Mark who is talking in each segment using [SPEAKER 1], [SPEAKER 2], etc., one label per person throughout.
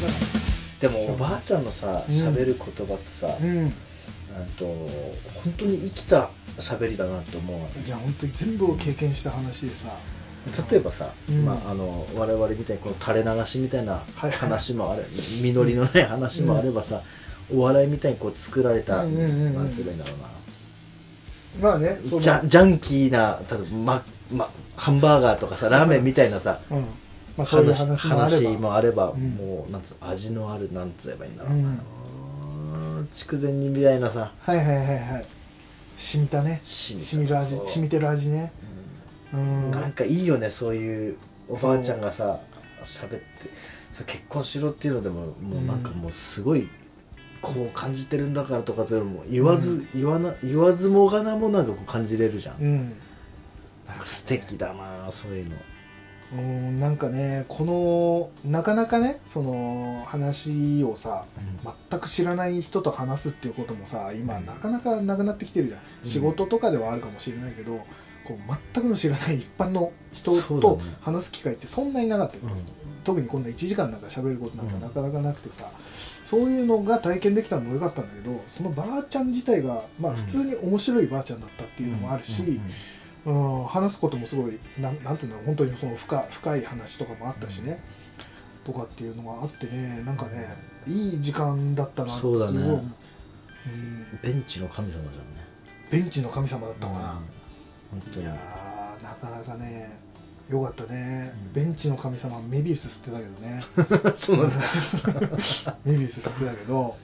[SPEAKER 1] がない
[SPEAKER 2] でも
[SPEAKER 1] そう
[SPEAKER 2] おばあちゃんのさ
[SPEAKER 1] うん
[SPEAKER 2] 喋る言葉ってさ、うん
[SPEAKER 1] うん
[SPEAKER 2] と本当に生きた喋りだなって思うわね
[SPEAKER 1] いや本当に全部を経験した話でさ
[SPEAKER 2] 例えばさ、
[SPEAKER 1] うん
[SPEAKER 2] まあ、あの我々みたいにこの垂れ流しみたいな
[SPEAKER 1] はい
[SPEAKER 2] 話もあれ実りのない話もあればさ、お笑いみたいにこう作られた、
[SPEAKER 1] うんうんうんうん
[SPEAKER 2] なんつうばいいんだろうな
[SPEAKER 1] まあねその
[SPEAKER 2] ジャジャンキーな例えば、まま、ハンバーガーとかさラーメンみたいなさ、
[SPEAKER 1] うんまあ、そういう
[SPEAKER 2] 話
[SPEAKER 1] 話もあれ
[SPEAKER 2] 話
[SPEAKER 1] ば
[SPEAKER 2] もあれば、
[SPEAKER 1] うん
[SPEAKER 2] もうなんつう味のあるなんつえばいいんだろう
[SPEAKER 1] う
[SPEAKER 2] な、
[SPEAKER 1] ん
[SPEAKER 2] うーん筑前煮みたいなさ
[SPEAKER 1] はいはいはいはい染みたね
[SPEAKER 2] 染みた
[SPEAKER 1] 染みる味
[SPEAKER 2] そう
[SPEAKER 1] 染みてる味ねうん
[SPEAKER 2] なんかいいよねそういうおばあちゃんがさ喋ってそう結婚しろっていうのでももうなんかもうすごいこう感じてるんだからとかというよりも言わず、言わな言わずもがなもなんかこう感じれるじゃん、
[SPEAKER 1] うん
[SPEAKER 2] なんか素敵だなあそういうの
[SPEAKER 1] うんなんかねこのなかなかねその話をさ全く知らない人と話すっていうこともさ今
[SPEAKER 2] うん
[SPEAKER 1] なかなかなくなってきてるじゃん、
[SPEAKER 2] うん
[SPEAKER 1] 仕事とかではあるかもしれないけどこう全くの知らない一般の人
[SPEAKER 2] そう
[SPEAKER 1] と
[SPEAKER 2] だね
[SPEAKER 1] 話す機会ってそんなになかったよね、
[SPEAKER 2] うん
[SPEAKER 1] 特にこんな1時間なんか喋ることなんか
[SPEAKER 2] うん
[SPEAKER 1] なかなかなくてさ、そういうのが体験できたのも良かったんだけどそのばあちゃん自体がまあ
[SPEAKER 2] うん
[SPEAKER 1] 普通に面白いばあちゃんだったっていうのもあるし、
[SPEAKER 2] うん
[SPEAKER 1] うん、話すこともすごいなんなんていうの本当にその深深い話とかもあったしね、とかっていうのがあってねなんかねいい時間だったなって
[SPEAKER 2] そうだね
[SPEAKER 1] すごいうん、
[SPEAKER 2] ベンチの神様じゃんね
[SPEAKER 1] ベンチの神様だったかな、
[SPEAKER 2] うん本当
[SPEAKER 1] い
[SPEAKER 2] に
[SPEAKER 1] やーなかなかねよかったね、
[SPEAKER 2] うん
[SPEAKER 1] ベンチの神様メビウス吸ってたけどね
[SPEAKER 2] そうなんだ
[SPEAKER 1] メビウス吸ってたけど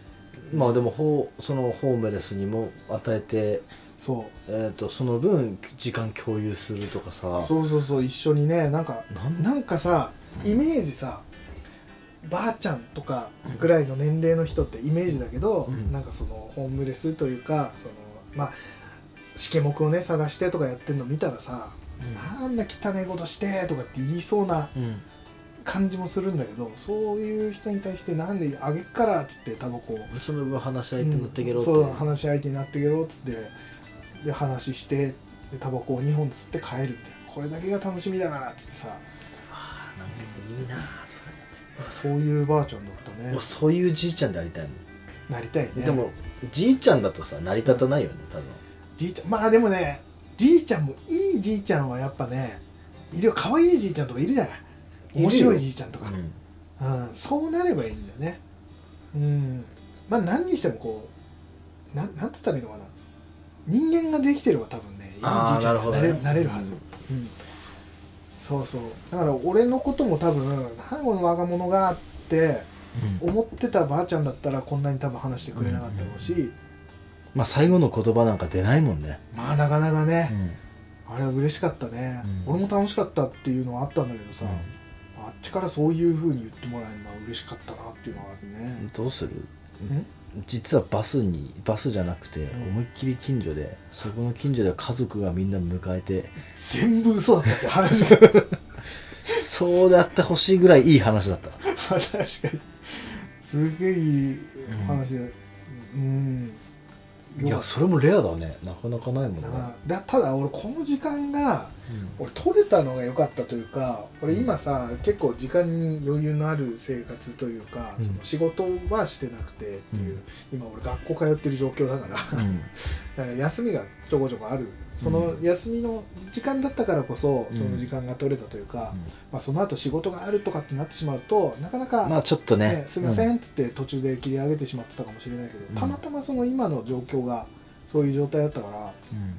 [SPEAKER 2] まあでもホーそのホームレスにも与えて、
[SPEAKER 1] そ
[SPEAKER 2] えー、とその分時間共有するとか
[SPEAKER 1] う
[SPEAKER 2] さ
[SPEAKER 1] そうそうそう一緒にねなんか
[SPEAKER 2] なん
[SPEAKER 1] なんかさイメージさばあちゃんとかぐらいの年齢の人ってイメージだけど、
[SPEAKER 2] うん
[SPEAKER 1] なんかそのホームレスというかそのまあしけもくをね探してとかやってるの見たらさ、あんな汚いことしてとかって言いそうな
[SPEAKER 2] うん
[SPEAKER 1] 感じもするんだけどそういう人に対してなんであげっからっつってタバコを
[SPEAKER 2] その分話し合いって乗ってけ
[SPEAKER 1] う
[SPEAKER 2] ろっ
[SPEAKER 1] ん
[SPEAKER 2] て、
[SPEAKER 1] そう話し相手になってけろっつってで話してでタバコを2本吸って帰るみたいなこれだけが楽しみだからっつってさ
[SPEAKER 2] あーなんかいいなあそれ
[SPEAKER 1] そういうばあちゃんだったね
[SPEAKER 2] もうそういうじいちゃんでありたいもん
[SPEAKER 1] なりたいね
[SPEAKER 2] でもじいちゃんだとさ成り立たないよね多分
[SPEAKER 1] じいちゃんまあでもねじいちゃんもいいじいちゃんはやっぱねいるよ可愛いじいちゃんとかいるじゃない
[SPEAKER 2] るよ
[SPEAKER 1] 面白いじいちゃんとか、
[SPEAKER 2] う
[SPEAKER 1] うん
[SPEAKER 2] ん
[SPEAKER 1] そうなればいいんだよねうんまあ何にしてもこうなんなんつったらいいのかな人間ができてれば多分ねいいじいち
[SPEAKER 2] あー
[SPEAKER 1] ゃん
[SPEAKER 2] なるほ
[SPEAKER 1] に
[SPEAKER 2] ど
[SPEAKER 1] な
[SPEAKER 2] ね
[SPEAKER 1] れ,、なれるはず、うんそうそうだから俺のことも多分なんだこの若者があって思ってたばあちゃんだったらこんなに多分話してくれなかったろうし、
[SPEAKER 2] まあ最後の言葉なんか出ないもんね、
[SPEAKER 1] まあなかなかね、
[SPEAKER 2] ん
[SPEAKER 1] あれは嬉しかったね、
[SPEAKER 2] うん
[SPEAKER 1] 俺も楽しかったっていうのはあったんだけどさ、あっちからそういうふうに言ってもらえるのは嬉しかったなっていうのはあるね、
[SPEAKER 2] どうする
[SPEAKER 1] ん
[SPEAKER 2] 実はバスにバスじゃなくて
[SPEAKER 1] ん
[SPEAKER 2] 思いっきり近所でそこの近所で家族がみんな迎えて
[SPEAKER 1] 全部嘘だったって話が確か
[SPEAKER 2] そうであってほしいぐらいいい話だった
[SPEAKER 1] にすげえいい話だうん、
[SPEAKER 2] いやそれもレアだねなかなかないもんね
[SPEAKER 1] だからだただ俺この時間が
[SPEAKER 2] う
[SPEAKER 1] 俺取れたのが良かったというか俺今さ、結構時間に余裕のある生活というか、
[SPEAKER 2] うん
[SPEAKER 1] その仕事はしてなくてっていう、
[SPEAKER 2] うん
[SPEAKER 1] 今俺学校通ってる状況だから
[SPEAKER 2] んうん
[SPEAKER 1] だから休みがちょこちょこあるその休みの時間だったからこそ
[SPEAKER 2] うん
[SPEAKER 1] その時間が取れたというか、まあ、その後仕事があるとかってなってしまうとなかなか、
[SPEAKER 2] まあちょっとね
[SPEAKER 1] ねすいませんっつって途中で切り上げてしまってたかもしれないけど、
[SPEAKER 2] うん
[SPEAKER 1] たまたまその今の状況がそういう状態だったから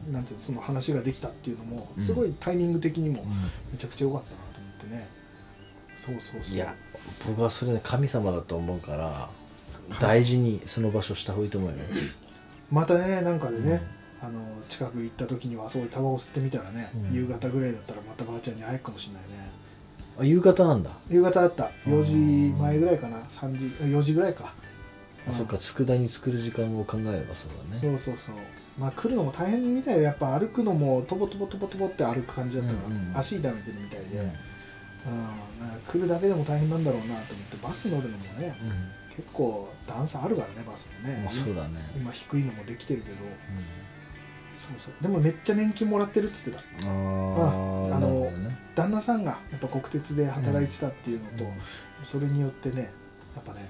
[SPEAKER 2] うん
[SPEAKER 1] なんていうのその話ができたっていうのも
[SPEAKER 2] うん
[SPEAKER 1] すごいタイミング的にも
[SPEAKER 2] うん
[SPEAKER 1] めちゃくちゃ良かったなと思ってねそうそうそう
[SPEAKER 2] いや僕はそれね神様だと思うから大事にその場所した方がいいと思うよね
[SPEAKER 1] またねなんかでね、あの近く行った時にはそういうタバコ吸ってみたらね、
[SPEAKER 2] うん
[SPEAKER 1] 夕方ぐらいだったらまたばあちゃんに会えるかもしれないね
[SPEAKER 2] あ夕方なんだ
[SPEAKER 1] 夕方だった4時前ぐらいかな3時4時ぐらいかう
[SPEAKER 2] あ
[SPEAKER 1] ん
[SPEAKER 2] そっか佃煮作る時間を考えればそうだね
[SPEAKER 1] そうそうそうまあ来るのも大変みたいでやっぱ歩くのもトボトボトボトボって歩く感じだったから、
[SPEAKER 2] うんうん
[SPEAKER 1] 足痛めてるみたいで、うん
[SPEAKER 2] う
[SPEAKER 1] んなんか来るだけでも大変なんだろうなと思ってバス乗るのもね結構段差あるからねバスも
[SPEAKER 2] うん
[SPEAKER 1] ね
[SPEAKER 2] まあそうだね
[SPEAKER 1] 今低いのもできてるけどそうそうでもめっちゃ年金もらってるっつってたうん
[SPEAKER 2] ああ
[SPEAKER 1] あの
[SPEAKER 2] なるほどね
[SPEAKER 1] 旦那さんがやっぱ国鉄で働いてたっていうのと、それによってねやっぱね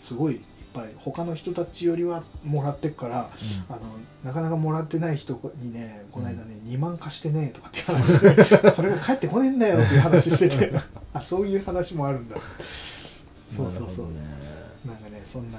[SPEAKER 1] すごいいっぱい他の人たちよりはもらってくからあのなかなかもらってない人にねこの間ね、2万貸してねとかっていう話それが返ってこねえんだよっていう話して てあそういう話もあるんだそうそうそう、
[SPEAKER 2] なる
[SPEAKER 1] なんかねそんな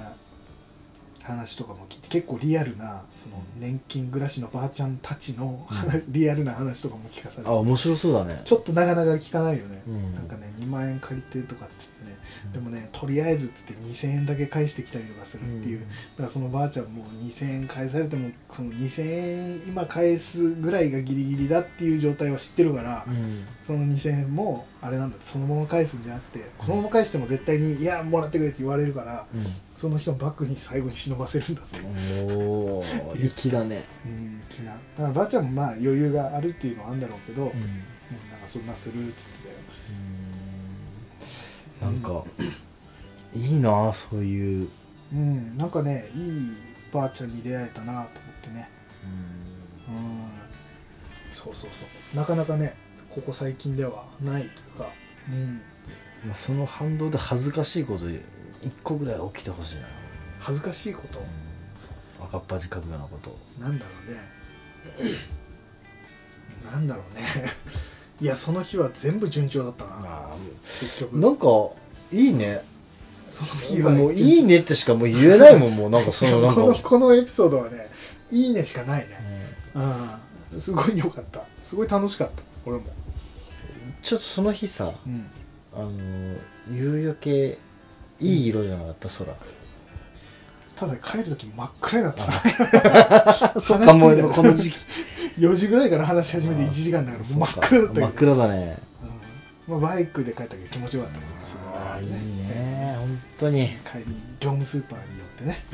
[SPEAKER 1] 話とかも聞いて結構リアルなその年金暮らしのばあちゃんたちの話、 リアルな話とかも聞かさ
[SPEAKER 2] ほど
[SPEAKER 1] れ
[SPEAKER 2] ねあ
[SPEAKER 1] て
[SPEAKER 2] 面白そうだね
[SPEAKER 1] ちょっとなかなか聞かないよね、
[SPEAKER 2] うん
[SPEAKER 1] なんかね2万円借りてとかっつってねでもねとりあえずっつって2000円だけ返してきたりとかするっていう、
[SPEAKER 2] うん
[SPEAKER 1] だからそのばあちゃんも2000円返されてもその2000円今返すぐらいがギリギリだっていう状態は知ってるから、
[SPEAKER 2] うん
[SPEAKER 1] その2000円もあれなんだってそのまま返すんじゃなくてこのまま返しても絶対に「いやもらってくれ」って言われるから
[SPEAKER 2] う
[SPEAKER 1] その人のバッグに最後に忍ばせるんだって、
[SPEAKER 2] んおー粋だね
[SPEAKER 1] うん気なだからばあちゃんもまあ余裕があるっていうのはあるんだろうけど、
[SPEAKER 2] う
[SPEAKER 1] も
[SPEAKER 2] ん
[SPEAKER 1] うなんかそんなするっつってたよ
[SPEAKER 2] なんかいいなあそういう
[SPEAKER 1] うんなんかねいいばあちゃんに出会えたなと思ってねうんそうそうそうなかなかねここ最近ではないというかうん
[SPEAKER 2] まあその反動で恥ずかしいこと一個ぐらい起きてほしいな
[SPEAKER 1] 恥ずかしいこと
[SPEAKER 2] 赤っ恥かくようなこと
[SPEAKER 1] なんだろうね なんだろうね いやその日は全部順調だったな
[SPEAKER 2] あ
[SPEAKER 1] 結
[SPEAKER 2] あな
[SPEAKER 1] 局
[SPEAKER 2] んかいいね
[SPEAKER 1] その日は
[SPEAKER 2] もう
[SPEAKER 1] 順調
[SPEAKER 2] いいねってしかもう言えないもんもうなんかそ
[SPEAKER 1] いや
[SPEAKER 2] の なん
[SPEAKER 1] この
[SPEAKER 2] か
[SPEAKER 1] このエピソードはねいいねしかないねうんすごい良かったすごい楽しかった俺も
[SPEAKER 2] ちょっとその日さ
[SPEAKER 1] うん
[SPEAKER 2] あの夕焼けいい色じゃなかった空
[SPEAKER 1] ただ帰る時真っ暗になってた
[SPEAKER 2] そっかもうこ の時期
[SPEAKER 1] 4時ぐらいから話し始めて1時間だから真っ暗だったけ
[SPEAKER 2] 真
[SPEAKER 1] ど
[SPEAKER 2] っ暗だね
[SPEAKER 1] うんまあ、バイクで帰ったけど気持ちよかったけどすごい
[SPEAKER 2] ああいいね本当に、うん、
[SPEAKER 1] 帰りに業務スーパーに寄ってね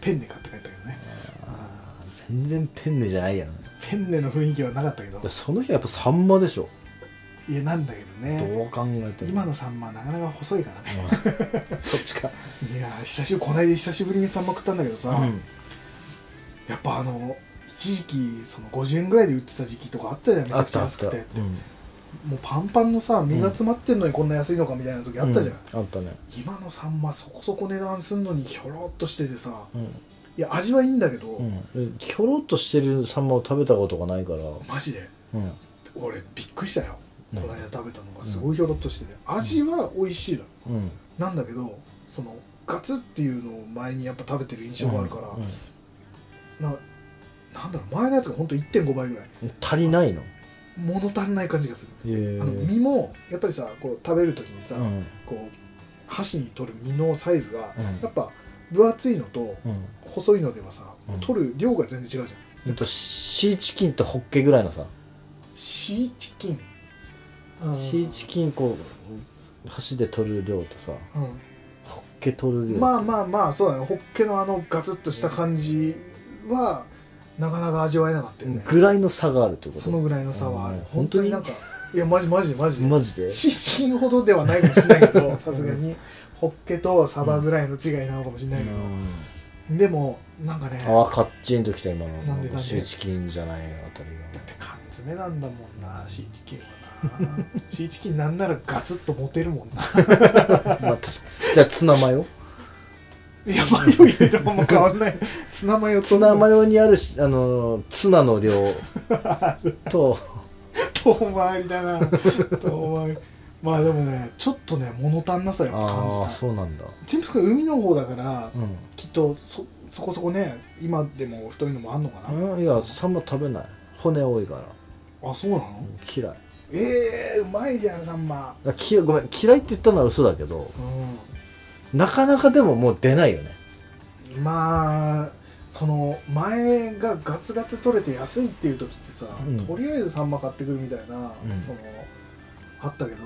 [SPEAKER 1] ペンネ買って帰ったけどね あ
[SPEAKER 2] 全然ペンネじゃないやん
[SPEAKER 1] ーペンネの雰囲気はなかったけど
[SPEAKER 2] その日はやっぱサンマでしょ
[SPEAKER 1] いやなんだけどね
[SPEAKER 2] どう考えても
[SPEAKER 1] 今のサンマなかなか細いからね
[SPEAKER 2] うんそっちか
[SPEAKER 1] いやー久しぶりこの間久しぶりにサンマ食ったんだけどさ、
[SPEAKER 2] うん
[SPEAKER 1] やっぱあの一時期その50円ぐらいで売ってた時期とかあったじゃんめち
[SPEAKER 2] あ
[SPEAKER 1] ゃ
[SPEAKER 2] っ
[SPEAKER 1] くちゃ
[SPEAKER 2] たあっ
[SPEAKER 1] 安
[SPEAKER 2] た
[SPEAKER 1] くてって
[SPEAKER 2] うん
[SPEAKER 1] もうパンパンのさ身が詰まってんのにこんな安いのかみたいな時あったじゃん、
[SPEAKER 2] うんあったね
[SPEAKER 1] 今のサンマそこそこ値段すんのにひょろっとしててさ
[SPEAKER 2] うん
[SPEAKER 1] いや味はいいんだけど、
[SPEAKER 2] うんひょろっとしてるサンマを食べたことがないから
[SPEAKER 1] マジで
[SPEAKER 2] うん
[SPEAKER 1] 俺びっくりしたよ
[SPEAKER 2] う
[SPEAKER 1] こ
[SPEAKER 2] ん
[SPEAKER 1] の間食べたのがすごいひょろっとしてて味は美味しいの
[SPEAKER 2] うん
[SPEAKER 1] なんだけどそのガツっていうのを前にやっぱ食べてる印象があるから、
[SPEAKER 2] うん
[SPEAKER 1] ななんだろう前のやつがほんと1.5倍ぐらい
[SPEAKER 2] うん足りないの
[SPEAKER 1] 物足りない感じがする
[SPEAKER 2] へえ
[SPEAKER 1] あの身もやっぱりさこう食べる時にさ、
[SPEAKER 2] うん
[SPEAKER 1] こう箸に取る身のサイズが、
[SPEAKER 2] うん
[SPEAKER 1] やっぱ分厚いのと
[SPEAKER 2] うん
[SPEAKER 1] 細いのではさ、
[SPEAKER 2] うん
[SPEAKER 1] 取る量が全然違うじゃん
[SPEAKER 2] ほんとシーチキンとホッケぐらいのさ
[SPEAKER 1] シーチキン
[SPEAKER 2] シーチ
[SPEAKER 1] キ
[SPEAKER 2] キンこう箸で取る量とさ
[SPEAKER 1] ン、
[SPEAKER 2] ホッケ取る
[SPEAKER 1] うん
[SPEAKER 2] 量
[SPEAKER 1] まあまあまあそうだねホッケのあのガツッとした感じはなかなか味わえなかったよね、
[SPEAKER 2] ぐらいの差があるってこと
[SPEAKER 1] そのぐらいの差はある、
[SPEAKER 2] うん
[SPEAKER 1] 本当になんかいやマジマジマジで
[SPEAKER 2] マジで
[SPEAKER 1] シーチキンほどではないかもしれないけどさすがにホッケとサバぐらいの違いなのかもしれないけど、でもなんかね
[SPEAKER 2] ああカッチンときた今の
[SPEAKER 1] なんでなんで
[SPEAKER 2] シューチキンじゃないあたり
[SPEAKER 1] だって缶詰なんだもんなシーチキンは なシーチキンなんならガツッと持てるもんな
[SPEAKER 2] が、 まあ、確かじゃあツナマヨ
[SPEAKER 1] いやマヨ入れてももう変わんない ツナマヨと
[SPEAKER 2] ツナマヨにあるしあのツナの量 と
[SPEAKER 1] 遠回りだ な遠回りまあでもねちょっとね物足んなさやっぱ感
[SPEAKER 2] ああ
[SPEAKER 1] じ
[SPEAKER 2] そうなんだ
[SPEAKER 1] たチンプス君海の方だから
[SPEAKER 2] うん
[SPEAKER 1] きっとそそこそこね今でも太いのもあんのかな
[SPEAKER 2] あいやサンマ食べない骨多いから
[SPEAKER 1] あそうなの
[SPEAKER 2] 嫌い
[SPEAKER 1] ええうまいじゃんサンマ
[SPEAKER 2] あきごめん嫌いって言ったのは嘘だけど
[SPEAKER 1] う
[SPEAKER 2] なかなかでももう出ないよね
[SPEAKER 1] んまあその前がガツガツ取れて安いっていう時ってさ、
[SPEAKER 2] うん
[SPEAKER 1] とりあえずサンマ買ってくるみたいな、
[SPEAKER 2] うん
[SPEAKER 1] そのあったけど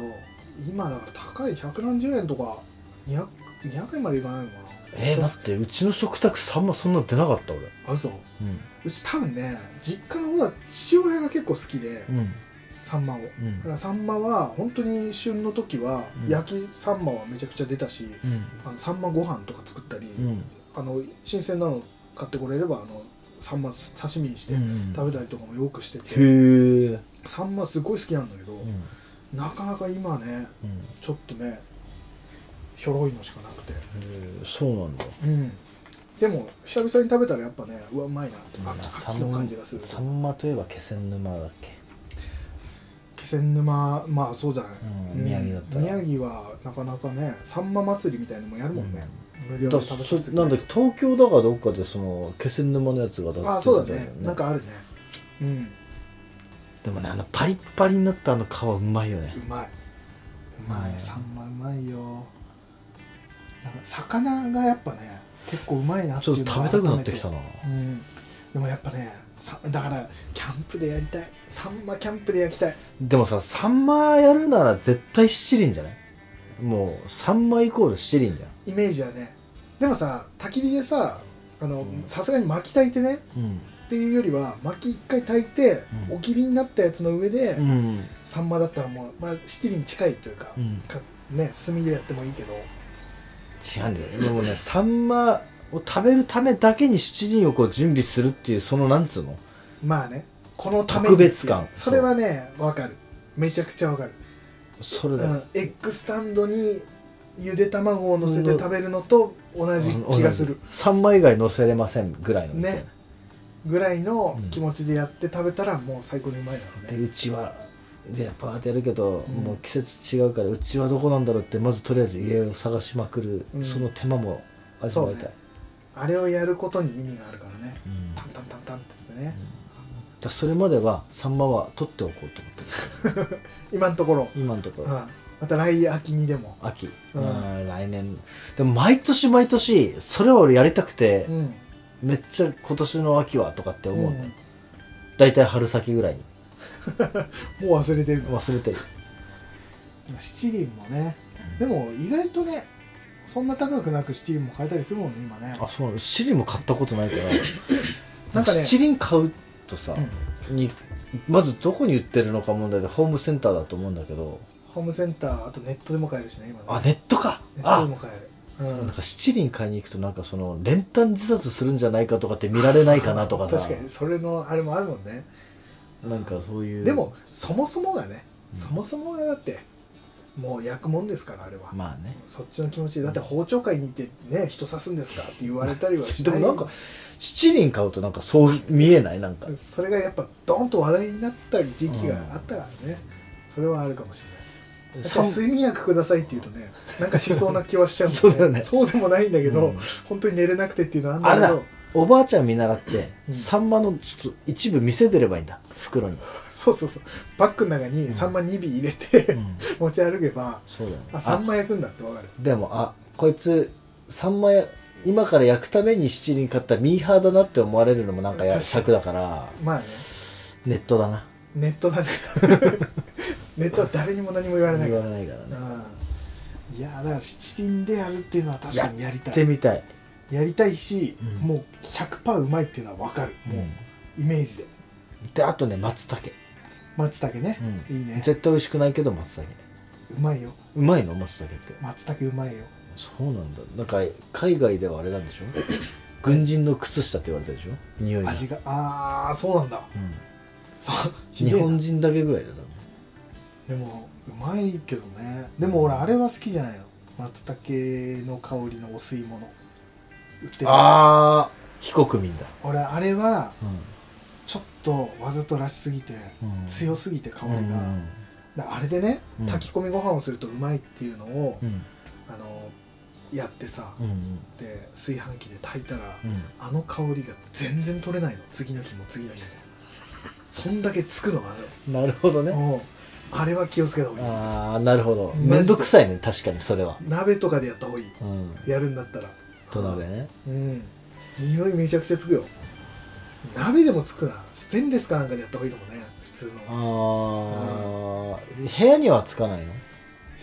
[SPEAKER 1] 今だから高い100何十円とか 200, 200円までいかないのかな
[SPEAKER 2] えー、待ってうちの食卓サンマそんな出なかった俺
[SPEAKER 1] あ嘘
[SPEAKER 2] うん
[SPEAKER 1] うち多分ね実家の方は父親が結構好きで、
[SPEAKER 2] うん
[SPEAKER 1] サンマをだ
[SPEAKER 2] うん
[SPEAKER 1] からサンマは本当に旬の時は、
[SPEAKER 2] うん
[SPEAKER 1] 焼きサンマはめちゃくちゃ出たし
[SPEAKER 2] うん
[SPEAKER 1] あのサンマご飯とか作ったり、
[SPEAKER 2] うん
[SPEAKER 1] あの新鮮なの買ってこれればあのサンマす刺身にして
[SPEAKER 2] うん
[SPEAKER 1] 食べたりとかもよくしてて、
[SPEAKER 2] へえ
[SPEAKER 1] サンマすごい好きなんだけど、
[SPEAKER 2] うん
[SPEAKER 1] なかなか今ね
[SPEAKER 2] うん
[SPEAKER 1] ちょっとねひょろいのしかなくて、
[SPEAKER 2] えーそうなんだ
[SPEAKER 1] うん、でも久々に食べたらやっぱねうわうまいなってあ
[SPEAKER 2] うん
[SPEAKER 1] カツ
[SPEAKER 2] さ
[SPEAKER 1] カ
[SPEAKER 2] ん
[SPEAKER 1] ツの感じがする
[SPEAKER 2] さんまといえば気仙沼だっけ
[SPEAKER 1] 気仙沼まあそうじゃない、
[SPEAKER 2] うん宮城だったら
[SPEAKER 1] 宮城はなかなかねさんま祭りみたいなのもやるもんね、無料
[SPEAKER 2] だ
[SPEAKER 1] で食べ
[SPEAKER 2] そ
[SPEAKER 1] させてくれる
[SPEAKER 2] なんだっけ東京だかどっかでその気仙沼のやつがだって
[SPEAKER 1] あそうだ
[SPEAKER 2] 出
[SPEAKER 1] ね
[SPEAKER 2] てたよ
[SPEAKER 1] なんかあるねうん
[SPEAKER 2] でもねあのパリッパリになったあの皮うまいよね
[SPEAKER 1] うまいうま
[SPEAKER 2] う
[SPEAKER 1] い
[SPEAKER 2] ん
[SPEAKER 1] サンマうまいよなんか魚がやっぱね結構うまいなって
[SPEAKER 2] ち
[SPEAKER 1] い
[SPEAKER 2] ょ
[SPEAKER 1] う
[SPEAKER 2] っ
[SPEAKER 1] の
[SPEAKER 2] と
[SPEAKER 1] を
[SPEAKER 2] 食べたくなってきたな
[SPEAKER 1] 改めてうんでもやっぱねさだからキャンプでやりたいサンマキャンプで焼きたい
[SPEAKER 2] でもさサンマやるなら絶対七輪じゃないもうサンマイコール七輪じゃん
[SPEAKER 1] イメージはねでもさ焚き火でさあの
[SPEAKER 2] うん
[SPEAKER 1] さすがに薪焚いてね
[SPEAKER 2] うん
[SPEAKER 1] っていうよりは薪一回炊いて、
[SPEAKER 2] うん
[SPEAKER 1] おき火になったやつの上で、
[SPEAKER 2] うん
[SPEAKER 1] サンマだったらもう、まあ、七輪近いというか,、
[SPEAKER 2] うん
[SPEAKER 1] かね炭でやってもいいけど
[SPEAKER 2] 違うんだよでもねサンマを食べるためだけに七輪をこう準備するっていうそのなんつうの
[SPEAKER 1] まあねこのために
[SPEAKER 2] 特別感
[SPEAKER 1] それはねわかるめちゃくちゃわかる、
[SPEAKER 2] それ
[SPEAKER 1] う
[SPEAKER 2] だよ
[SPEAKER 1] ん、エッグスタンドにゆで卵を乗せて食べるのと同じ気がする
[SPEAKER 2] サンマ以外乗せれませんぐらいの
[SPEAKER 1] ねぐらいの気持ちでやって食べたらもう最高にうまいだろう
[SPEAKER 2] で
[SPEAKER 1] ね、
[SPEAKER 2] うちはでバーってやるけど、
[SPEAKER 1] うん
[SPEAKER 2] もう季節違うからうちはどこなんだろうってまずとりあえず家を探しまくる、
[SPEAKER 1] うん
[SPEAKER 2] その手間も味わいたい、
[SPEAKER 1] あれをやることに意味があるからね
[SPEAKER 2] うんだ
[SPEAKER 1] タンタンタンタンって言ってね、
[SPEAKER 2] からそれまではサンマは取っておこうと思ってる
[SPEAKER 1] 今のところ、
[SPEAKER 2] 今のとこ
[SPEAKER 1] うん、
[SPEAKER 2] ろ、
[SPEAKER 1] また来秋にでも
[SPEAKER 2] 秋、
[SPEAKER 1] うん
[SPEAKER 2] あー来年でも毎年毎年それは俺やりたくて、
[SPEAKER 1] うん
[SPEAKER 2] めっちゃ今年の秋はとかって思うね、
[SPEAKER 1] うん
[SPEAKER 2] 大体春先ぐらいに
[SPEAKER 1] もう忘れてるの
[SPEAKER 2] 忘れてる
[SPEAKER 1] 七輪もねでも意外とねそんな高くなく七輪も買えたりするもんね今ね
[SPEAKER 2] あそうなの七輪も買ったことないから
[SPEAKER 1] な
[SPEAKER 2] なんん
[SPEAKER 1] か
[SPEAKER 2] か、
[SPEAKER 1] ね
[SPEAKER 2] 七輪買うとさ、にまずどこに売ってるのか問題でホームセンターだと思うんだけど
[SPEAKER 1] ホームセンターあとネットでも買えるしね今ね
[SPEAKER 2] あネットか
[SPEAKER 1] ネットで
[SPEAKER 2] あ
[SPEAKER 1] も買える、う
[SPEAKER 2] なん
[SPEAKER 1] ん、
[SPEAKER 2] か七輪買いに行くとなんかその練炭自殺するんじゃないかとかって見られないかなとかさ
[SPEAKER 1] 確かにそれのあれもあるもんね
[SPEAKER 2] なんかそういう
[SPEAKER 1] でもそもそもがね、
[SPEAKER 2] うん
[SPEAKER 1] そもそもがだってもう焼くもんですからあれは、
[SPEAKER 2] まあね
[SPEAKER 1] そっちの気持ちだって包丁会に行ってね人刺すんですかって言われたりはし
[SPEAKER 2] で
[SPEAKER 1] な
[SPEAKER 2] も
[SPEAKER 1] い
[SPEAKER 2] なんか七輪買うとなんかそう見えないなんか
[SPEAKER 1] それがやっぱドーンと話題になった時期があったからね、それはあるかもしれないやっぱ
[SPEAKER 2] さん
[SPEAKER 1] 睡眠薬くださいって言うとねなんかしそうな気はしちゃうもん
[SPEAKER 2] そうだよね
[SPEAKER 1] そうでもないんだけど、
[SPEAKER 2] うん
[SPEAKER 1] 本当に寝れなくてっていうのはあ
[SPEAKER 2] あ
[SPEAKER 1] ん
[SPEAKER 2] れ
[SPEAKER 1] だけ
[SPEAKER 2] だ
[SPEAKER 1] ど
[SPEAKER 2] おばあちゃん見習って、
[SPEAKER 1] うん
[SPEAKER 2] サンマのちょっと一部見せてればいいんだ袋 に、
[SPEAKER 1] そうそうそうバッグの中にサンマ2尾入れて、持ち歩けば
[SPEAKER 2] そうだよね
[SPEAKER 1] あサンマ焼くんだってわかる
[SPEAKER 2] でもあこいつサンマや今から焼くために七輪買ったミーハーだなって思われるのもなんか
[SPEAKER 1] 確
[SPEAKER 2] や
[SPEAKER 1] かに
[SPEAKER 2] 尺だから
[SPEAKER 1] まあね
[SPEAKER 2] ネットだな
[SPEAKER 1] ネット だねネットは誰にも何も言われない
[SPEAKER 2] 言
[SPEAKER 1] か
[SPEAKER 2] わ
[SPEAKER 1] ら
[SPEAKER 2] れないからね
[SPEAKER 1] うんいやーだから七輪でやるっていうのは確かにやりた
[SPEAKER 2] やっ
[SPEAKER 1] い
[SPEAKER 2] て
[SPEAKER 1] や
[SPEAKER 2] みたい
[SPEAKER 1] りたいし、
[SPEAKER 2] うん
[SPEAKER 1] もう100%うまいっていうのはわかるもう、イメージで
[SPEAKER 2] であとね松茸、
[SPEAKER 1] 松茸ね、いいね
[SPEAKER 2] 絶対美味しくないけど松茸
[SPEAKER 1] うまいよ
[SPEAKER 2] うまいの松茸って
[SPEAKER 1] 松茸うまいよ
[SPEAKER 2] そうなんだなんか海外ではあれなん でしょ軍人の靴下って言われたでしょ匂いが、
[SPEAKER 1] 味がああそうなんだ
[SPEAKER 2] うん
[SPEAKER 1] そう
[SPEAKER 2] 日本人だけぐらいだよ
[SPEAKER 1] でもうまいけどねでも俺あれは好きじゃないの松茸の香りのお吸い物売ってる
[SPEAKER 2] ああ非国民だ、
[SPEAKER 1] 俺あれは
[SPEAKER 2] う
[SPEAKER 1] ちょっとわざとらしすぎて、
[SPEAKER 2] うん
[SPEAKER 1] 強すぎて香りが、
[SPEAKER 2] うん
[SPEAKER 1] であれでね
[SPEAKER 2] うん
[SPEAKER 1] 炊き込みご飯をするとうまいっていうのを、
[SPEAKER 2] うん
[SPEAKER 1] あのやってさ、
[SPEAKER 2] うん
[SPEAKER 1] で炊飯器で炊いたら、
[SPEAKER 2] うん
[SPEAKER 1] あの香りが全然取れないの次の日も次の 日もそんだけつくのがある
[SPEAKER 2] なるほどね
[SPEAKER 1] もうあれは気をつけた方がいい
[SPEAKER 2] ああなるほど
[SPEAKER 1] マジで
[SPEAKER 2] 面倒くさいね確かにそれは
[SPEAKER 1] 鍋とかでやった方がいい
[SPEAKER 2] うん
[SPEAKER 1] やるんだったら
[SPEAKER 2] 土鍋ね
[SPEAKER 1] うん匂いめちゃくちゃつくよ鍋でもつくなステンレスかなんかでやった方がいいのもね普通
[SPEAKER 2] あ
[SPEAKER 1] の
[SPEAKER 2] あ部屋にはつかないの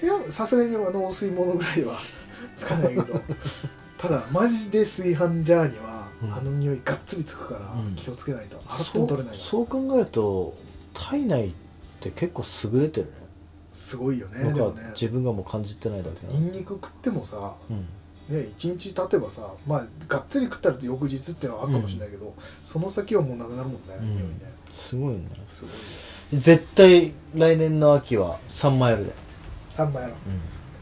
[SPEAKER 1] 部屋さすがにあのお吸い物ぐらいは つかないけ どただマジで炊飯ジャーには、
[SPEAKER 2] うん
[SPEAKER 1] あの匂いがっつりつくから、
[SPEAKER 2] うん
[SPEAKER 1] 気をつけないと洗って
[SPEAKER 2] そ
[SPEAKER 1] も取れな
[SPEAKER 2] う
[SPEAKER 1] いから
[SPEAKER 2] そう考えると体内って結構優れてるね
[SPEAKER 1] すごいよねで
[SPEAKER 2] 僕
[SPEAKER 1] も
[SPEAKER 2] は
[SPEAKER 1] ね
[SPEAKER 2] 自分がもう感じてないだけな
[SPEAKER 1] ニンニク食ってもさ
[SPEAKER 2] うん
[SPEAKER 1] ね、一日経てばさ、まあ、がっつり食ったら翌日っていうのはあるかもしれないけど、その先はもうなくなるもんね、
[SPEAKER 2] うん
[SPEAKER 1] 匂いね
[SPEAKER 2] すごいね
[SPEAKER 1] すごいよ
[SPEAKER 2] 絶対来年の秋は3枚やるで
[SPEAKER 1] サンマやろ
[SPEAKER 2] うん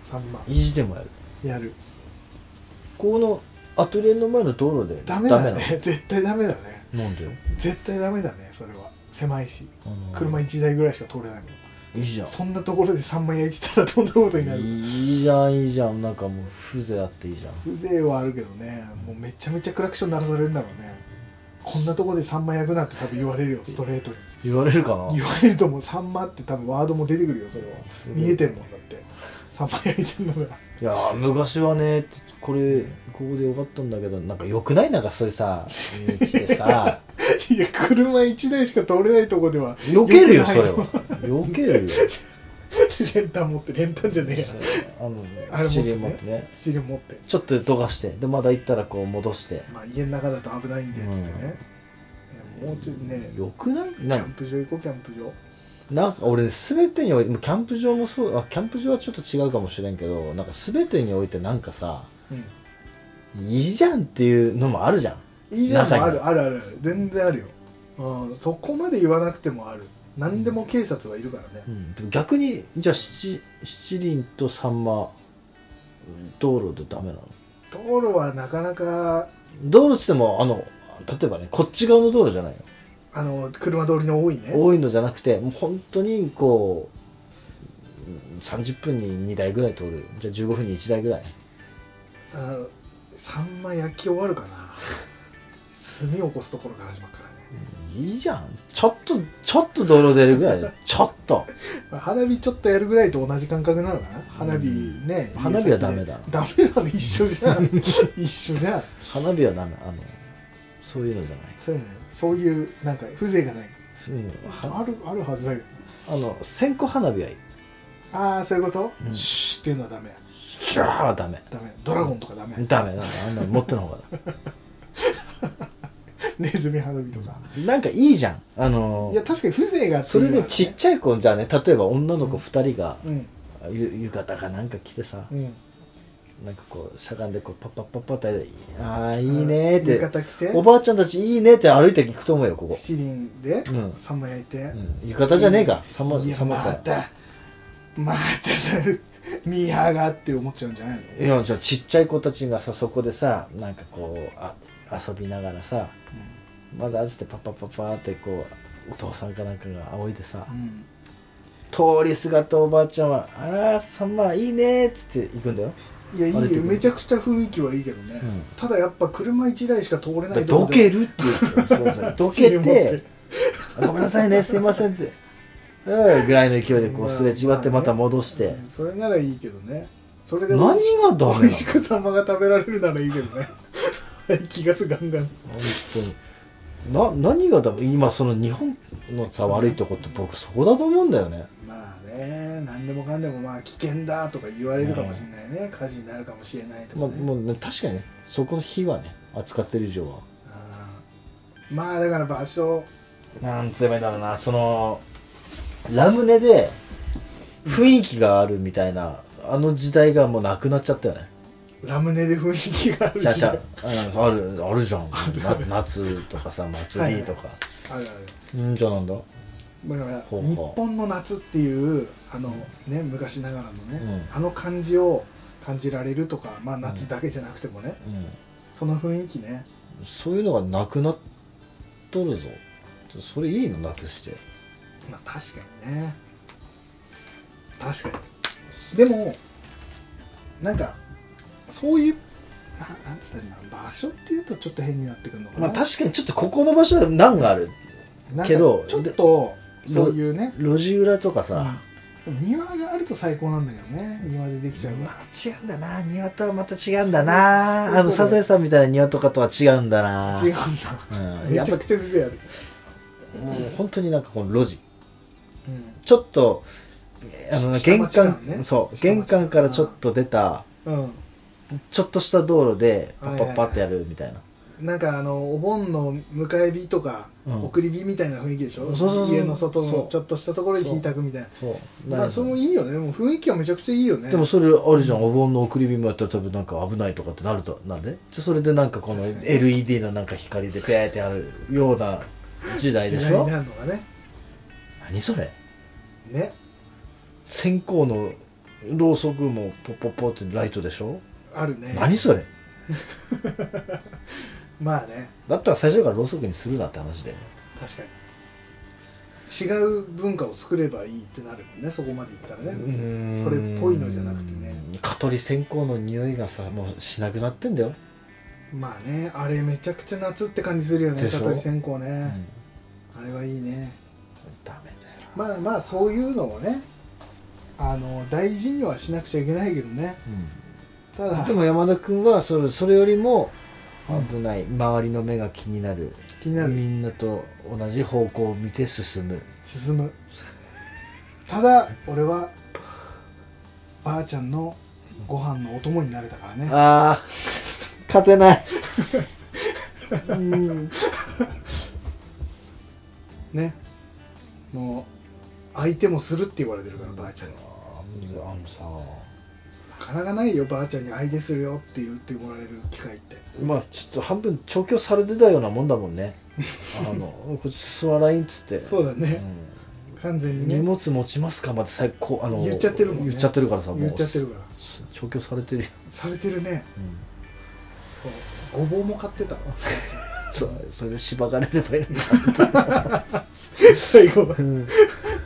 [SPEAKER 1] サンマ
[SPEAKER 2] 意地でもやる
[SPEAKER 1] やる
[SPEAKER 2] このアトリエの前の道路で
[SPEAKER 1] ダメだね絶対ダメだね
[SPEAKER 2] なのなんでよ
[SPEAKER 1] 絶対ダメだねそれは狭いし
[SPEAKER 2] あの
[SPEAKER 1] 車1台ぐらいしか通れないもん
[SPEAKER 2] いいじゃん
[SPEAKER 1] そんなところで3万焼いてたらどんなことになる
[SPEAKER 2] いいじゃんいいじゃんなんかもう風情あっていいじゃん
[SPEAKER 1] 風情はあるけどねもうめちゃめちゃクラクション鳴らされるんだろうねこんなとこで3万焼くなって多分言われるよストレートに
[SPEAKER 2] 言われるかな
[SPEAKER 1] 言われるともう3万って多分ワードも出てくるよそれは見えてるもんだって3万焼いてるのが
[SPEAKER 2] いやー昔はねこれここでよかったんだけどなんかよくないなんかそれさ道で さ
[SPEAKER 1] いや車1台しか通れないとこでは
[SPEAKER 2] 避けるよそれ
[SPEAKER 1] よ
[SPEAKER 2] は避けるよ
[SPEAKER 1] レンタン持ってレンタンじゃねえや
[SPEAKER 2] あ
[SPEAKER 1] あれ持
[SPEAKER 2] の
[SPEAKER 1] ってね
[SPEAKER 2] 尻持ってね
[SPEAKER 1] スチール持って
[SPEAKER 2] ちょっとどかしてでまだ行ったらこう戻して
[SPEAKER 1] まあ家の中だと危ないんでっつってね、いやもうちょいね
[SPEAKER 2] よくない
[SPEAKER 1] キ
[SPEAKER 2] な
[SPEAKER 1] ャンプ場行こうキャンプ場
[SPEAKER 2] なんか俺全てにおいてもうキャンプ場もそうあキャンプ場はちょっと違うかもしれんけどなんか全てにおいてなんかさ
[SPEAKER 1] うん
[SPEAKER 2] いいじゃんっていうのもあるじゃん
[SPEAKER 1] いいじゃん
[SPEAKER 2] 中に
[SPEAKER 1] あるあるある全然あるよ、うん、そこまで言わなくてもある何でも警察はいるからね、
[SPEAKER 2] うんでも逆にじゃあ七七輪とサンマ道路でダメなの
[SPEAKER 1] 道路はなかなか
[SPEAKER 2] 道路っつってもあの例えばねこっち側の道路じゃないよ
[SPEAKER 1] あの車通りの多いね
[SPEAKER 2] 多いのじゃなくてもう本当にこううん30分に2台ぐらい通るじゃあ15分に1台ぐらい
[SPEAKER 1] あのサンマ焼き終わるかな炭起こすところから始まるからね、
[SPEAKER 2] いいじゃんちょっとちょっと道路出るぐらいで ちょっと
[SPEAKER 1] まあ花火ちょっとやるぐらいと同じ感覚なのかな花火ね、
[SPEAKER 2] うん花火はダメだ
[SPEAKER 1] ダメだね一緒じゃん 一緒じゃん
[SPEAKER 2] 花火はダメあのそういうのじゃない
[SPEAKER 1] そう,、ね、そういうなんか風情がない
[SPEAKER 2] うんは
[SPEAKER 1] あるあるはずだけど
[SPEAKER 2] あの線香花火はいい
[SPEAKER 1] ああそういうこと、
[SPEAKER 2] うん
[SPEAKER 1] シューっていうのはダメ
[SPEAKER 2] シャーはダメ
[SPEAKER 1] ダメドラゴンとかダメ、
[SPEAKER 2] ダメダメあんなの持ってのほうが
[SPEAKER 1] ネズミ花火とか、
[SPEAKER 2] なんかいいじゃんあの
[SPEAKER 1] いや確かに風情があって
[SPEAKER 2] それ
[SPEAKER 1] いい
[SPEAKER 2] で
[SPEAKER 1] わね
[SPEAKER 2] ちっちゃい子じゃあね例えば女の子2人が
[SPEAKER 1] うん
[SPEAKER 2] ゆ浴衣かなんか着てさ
[SPEAKER 1] うん
[SPEAKER 2] なんかこうしゃがんでこうパッパッパッパッってああいいねーっ
[SPEAKER 1] 浴
[SPEAKER 2] て
[SPEAKER 1] 衣着て
[SPEAKER 2] おばあちゃんたちいいねって歩いていくと思うよここ、
[SPEAKER 1] 七輪で
[SPEAKER 2] うん
[SPEAKER 1] サンマ焼いて、
[SPEAKER 2] うん、浴衣じゃねえかさま
[SPEAKER 1] いや
[SPEAKER 2] さま
[SPEAKER 1] ま
[SPEAKER 2] か
[SPEAKER 1] たまたそれミーハーがって思っちゃうんじゃないの、
[SPEAKER 2] いやじゃあちっちゃい子たちがさそこでさなんかこうあ遊びながらさまだあずってパッパッパッパーってこうお父さんかなんかが仰いでさ
[SPEAKER 1] うん
[SPEAKER 2] 通りすがったおばあちゃんは「あらさんまいいね」っつって行くんだよ
[SPEAKER 1] いやい
[SPEAKER 2] 歩いて
[SPEAKER 1] い
[SPEAKER 2] く
[SPEAKER 1] よ
[SPEAKER 2] る
[SPEAKER 1] めちゃくちゃ雰囲気はいいけどね、
[SPEAKER 2] うん
[SPEAKER 1] ただやっぱ車1台しか通れない
[SPEAKER 2] どけるって言ってそうそうどけ
[SPEAKER 1] 尻持って
[SPEAKER 2] て「ごめんなさいねすいません」ってうんぐらいの勢いでこうすれ違ってまた戻して
[SPEAKER 1] うんそれならいいけどねそれで
[SPEAKER 2] 何
[SPEAKER 1] も
[SPEAKER 2] がダメなの
[SPEAKER 1] 美味しくサンマが食べられるならいいけどね 気がすガンガン
[SPEAKER 2] 本当にな何がダメ今その日本のさ悪いとこって僕そこだと思うんだよね
[SPEAKER 1] まあね何でもかんでもまあ危険だとか言われるかもしれないね、火事になるかもしれないと
[SPEAKER 2] ま
[SPEAKER 1] か
[SPEAKER 2] あ
[SPEAKER 1] ね、
[SPEAKER 2] もうね確かにねそこの火はね扱ってる以上は
[SPEAKER 1] うんまあだから場所
[SPEAKER 2] なんつえばいいんだろうなそのラムネで雰囲気があるみたいなあの時代がもうなくなっちゃったよね
[SPEAKER 1] ラムネで雰囲気がある
[SPEAKER 2] ちゃ
[SPEAKER 1] し
[SPEAKER 2] ちゃああるあるじゃんな夏とかさ祭りとか、
[SPEAKER 1] ある
[SPEAKER 2] うんじゃあなんだ
[SPEAKER 1] あるだから
[SPEAKER 2] ほうほう
[SPEAKER 1] 日本の夏っていうあのね昔ながらのね、
[SPEAKER 2] う
[SPEAKER 1] あの感じを感じられるとかまあ夏だけじゃなくてもね、
[SPEAKER 2] うん
[SPEAKER 1] その雰囲気ね
[SPEAKER 2] そういうのがなくなっとるぞそれいいのなくして
[SPEAKER 1] まあ確かにね確かにでもなんかそういうななんつったらいいんだろう場所っていうとちょっと変になってくるのかな、
[SPEAKER 2] まあ確かにちょっとここの場所は難がある
[SPEAKER 1] なんか
[SPEAKER 2] けど
[SPEAKER 1] ちょっとそういうね
[SPEAKER 2] 路地裏とかさ、
[SPEAKER 1] うん庭があると最高なんだけどね庭でできちゃうから、
[SPEAKER 2] まあ違うんだな庭とはまた違うんだな
[SPEAKER 1] そう
[SPEAKER 2] あの
[SPEAKER 1] そ
[SPEAKER 2] サ
[SPEAKER 1] うだ
[SPEAKER 2] ザ
[SPEAKER 1] よ
[SPEAKER 2] エさんみたいな庭とかとは違うんだな
[SPEAKER 1] 違うんだ、
[SPEAKER 2] うん、や
[SPEAKER 1] め
[SPEAKER 2] っ
[SPEAKER 1] ち
[SPEAKER 2] ぱ
[SPEAKER 1] ゃくちゃ風情ある、
[SPEAKER 2] もう本当になんかこの路地
[SPEAKER 1] うん
[SPEAKER 2] ちょっとあの
[SPEAKER 1] 下
[SPEAKER 2] 玄
[SPEAKER 1] 町感
[SPEAKER 2] 関、
[SPEAKER 1] ね
[SPEAKER 2] そう
[SPEAKER 1] 下町感
[SPEAKER 2] 玄関からちょっと出た
[SPEAKER 1] うん
[SPEAKER 2] ちょっとした道路でパ
[SPEAKER 1] はい
[SPEAKER 2] ッ
[SPEAKER 1] はい
[SPEAKER 2] パ
[SPEAKER 1] はい
[SPEAKER 2] ッパってやるみたいな、
[SPEAKER 1] なんかあのお盆の迎え火とか、
[SPEAKER 2] うん
[SPEAKER 1] 送り火みたいな雰囲気でしょ
[SPEAKER 2] そうそうそう
[SPEAKER 1] 家の外
[SPEAKER 2] そう
[SPEAKER 1] のちょっとしたところで引いたくみたいな
[SPEAKER 2] そう
[SPEAKER 1] まあそれもいいよねもう雰囲気はめちゃくちゃいいよね
[SPEAKER 2] でもそれあるじゃん、お盆の送り火もやったら多分なんか危ないとかってなるとなんでじゃあそれでなんかこの
[SPEAKER 1] 確かに
[SPEAKER 2] LED のなんか光でペーってやるような時代で
[SPEAKER 1] 時
[SPEAKER 2] し
[SPEAKER 1] 代に
[SPEAKER 2] ょ
[SPEAKER 1] なるのがね
[SPEAKER 2] 何それ
[SPEAKER 1] ね
[SPEAKER 2] 線香のろうそくもポッポッポってライトでしょ
[SPEAKER 1] あるね
[SPEAKER 2] 何それ
[SPEAKER 1] まあね
[SPEAKER 2] だったら最初からろうそくにするなって話で
[SPEAKER 1] 確かに違う文化を作ればいいってなるもんねそこまでいったらね、それっぽいのじゃなくてね
[SPEAKER 2] 蚊取り線香の匂いがさもうしなくなってんだよ、
[SPEAKER 1] まあねあれめちゃくちゃ夏って感じするよね
[SPEAKER 2] でしょ
[SPEAKER 1] たり線香
[SPEAKER 2] うん
[SPEAKER 1] ね、あれはいいね
[SPEAKER 2] ダメだよ
[SPEAKER 1] まあまあそういうのをねあの大事にはしなくちゃいけないけどねただ
[SPEAKER 2] でも山田君はそれそれよりも
[SPEAKER 1] うん
[SPEAKER 2] 危ない、周りの目が気になる
[SPEAKER 1] 気になる
[SPEAKER 2] みんなと同じ方向を見て進む
[SPEAKER 1] 進むただ俺はばあちゃんのご飯のお供になれたからね
[SPEAKER 2] ああ勝てないうん
[SPEAKER 1] ねもう相手もするって言われてるからばあちゃんに
[SPEAKER 2] あのさ
[SPEAKER 1] なかなかないよばあちゃんに相手するよって言ってもらえる機会って
[SPEAKER 2] まあちょっと半分調教されてたようなもんだもんねあのこっち座らいんっつって
[SPEAKER 1] そうだね、完全
[SPEAKER 2] うん
[SPEAKER 1] に
[SPEAKER 2] 荷
[SPEAKER 1] ね
[SPEAKER 2] 物持ちますかまで最高あの
[SPEAKER 1] 言っちゃってるもんね
[SPEAKER 2] 言っちゃってるからさもう
[SPEAKER 1] 言っちゃってるから
[SPEAKER 2] す調教されてるよ、
[SPEAKER 1] されてるねそうごぼうも買ってたわ
[SPEAKER 2] そそれでしばかれればいいのか
[SPEAKER 1] 最後
[SPEAKER 2] な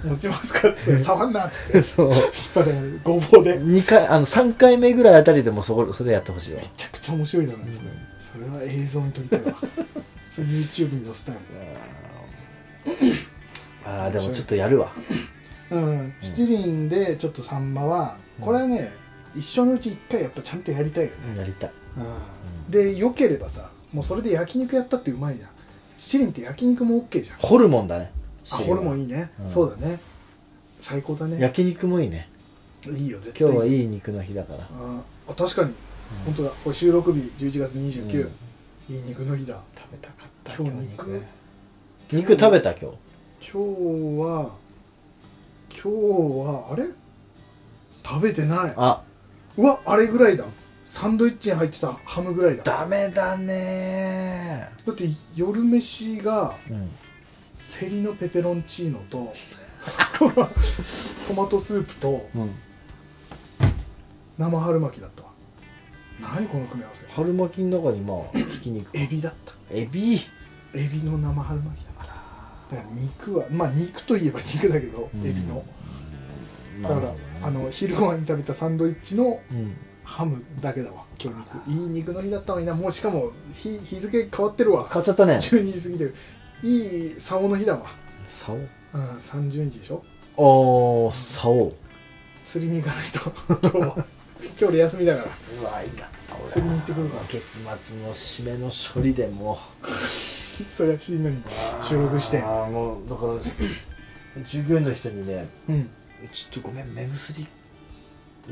[SPEAKER 1] 持ちますかって触んなって
[SPEAKER 2] そう
[SPEAKER 1] 引っ張られるごぼうでめ
[SPEAKER 2] 二回あの3回目ぐらいあたりでもそこそれやってほしいわ
[SPEAKER 1] ちゃくちゃ面白いじゃないですか、それは映像に撮りたい わそれ YouTube に載せたいわ
[SPEAKER 2] ああでもちょっとやるわ
[SPEAKER 1] うん、七輪でちょっとサンマは
[SPEAKER 2] うん
[SPEAKER 1] これはね、一生のうち一回やっぱちゃんとやりたいよね、
[SPEAKER 2] やりたい
[SPEAKER 1] うん、で良ければさもうそれで焼肉やったってうまいじゃん七輪って焼肉も OK じゃん
[SPEAKER 2] ホルモンだね
[SPEAKER 1] あホルモンいいね、
[SPEAKER 2] うん
[SPEAKER 1] そうだね最高だね
[SPEAKER 2] 焼肉もいいね
[SPEAKER 1] いいよ絶対
[SPEAKER 2] 今日はいいい肉の日だから
[SPEAKER 1] ああ確かに、本当だこれ収録日11月29、いい肉の日だ
[SPEAKER 2] 食べたかった
[SPEAKER 1] 今日肉
[SPEAKER 2] 今日肉肉食べた今日
[SPEAKER 1] 今日は今日はあれ食べてない
[SPEAKER 2] あ
[SPEAKER 1] うわあれぐらいだサンドイッチに入ってたハムぐらいだだ
[SPEAKER 2] ダメだね
[SPEAKER 1] って夜飯が
[SPEAKER 2] ーうん
[SPEAKER 1] セリのペペロンチーノと トマトスープと
[SPEAKER 2] うん
[SPEAKER 1] 生春巻きだったわ何この組み合わせ
[SPEAKER 2] 春巻きの中にまあひき肉
[SPEAKER 1] エビだった
[SPEAKER 2] エビ
[SPEAKER 1] エビの生春巻きだからだから肉はまあ肉といえば肉だけどエビの、だから、あの昼ご飯に食べたサンドイッチの
[SPEAKER 2] うん
[SPEAKER 1] ハムだけだわ今日肉いい肉の日だったのになもうしかも日日付変わってるわ
[SPEAKER 2] 買っちゃったね
[SPEAKER 1] 12時過ぎてるいい竿の日だわ
[SPEAKER 2] サオ
[SPEAKER 1] うん30日でしょ
[SPEAKER 2] おーサオ
[SPEAKER 1] 釣りに行かないと今日は今日俺休みだから
[SPEAKER 2] うわいいなサオ
[SPEAKER 1] 釣りに行ってくるから
[SPEAKER 2] 月末の締めの処理でも
[SPEAKER 1] 忙しいのに収録して
[SPEAKER 2] ああもうだから従業員の人にね
[SPEAKER 1] うん
[SPEAKER 2] 「ちょっとごめん目薬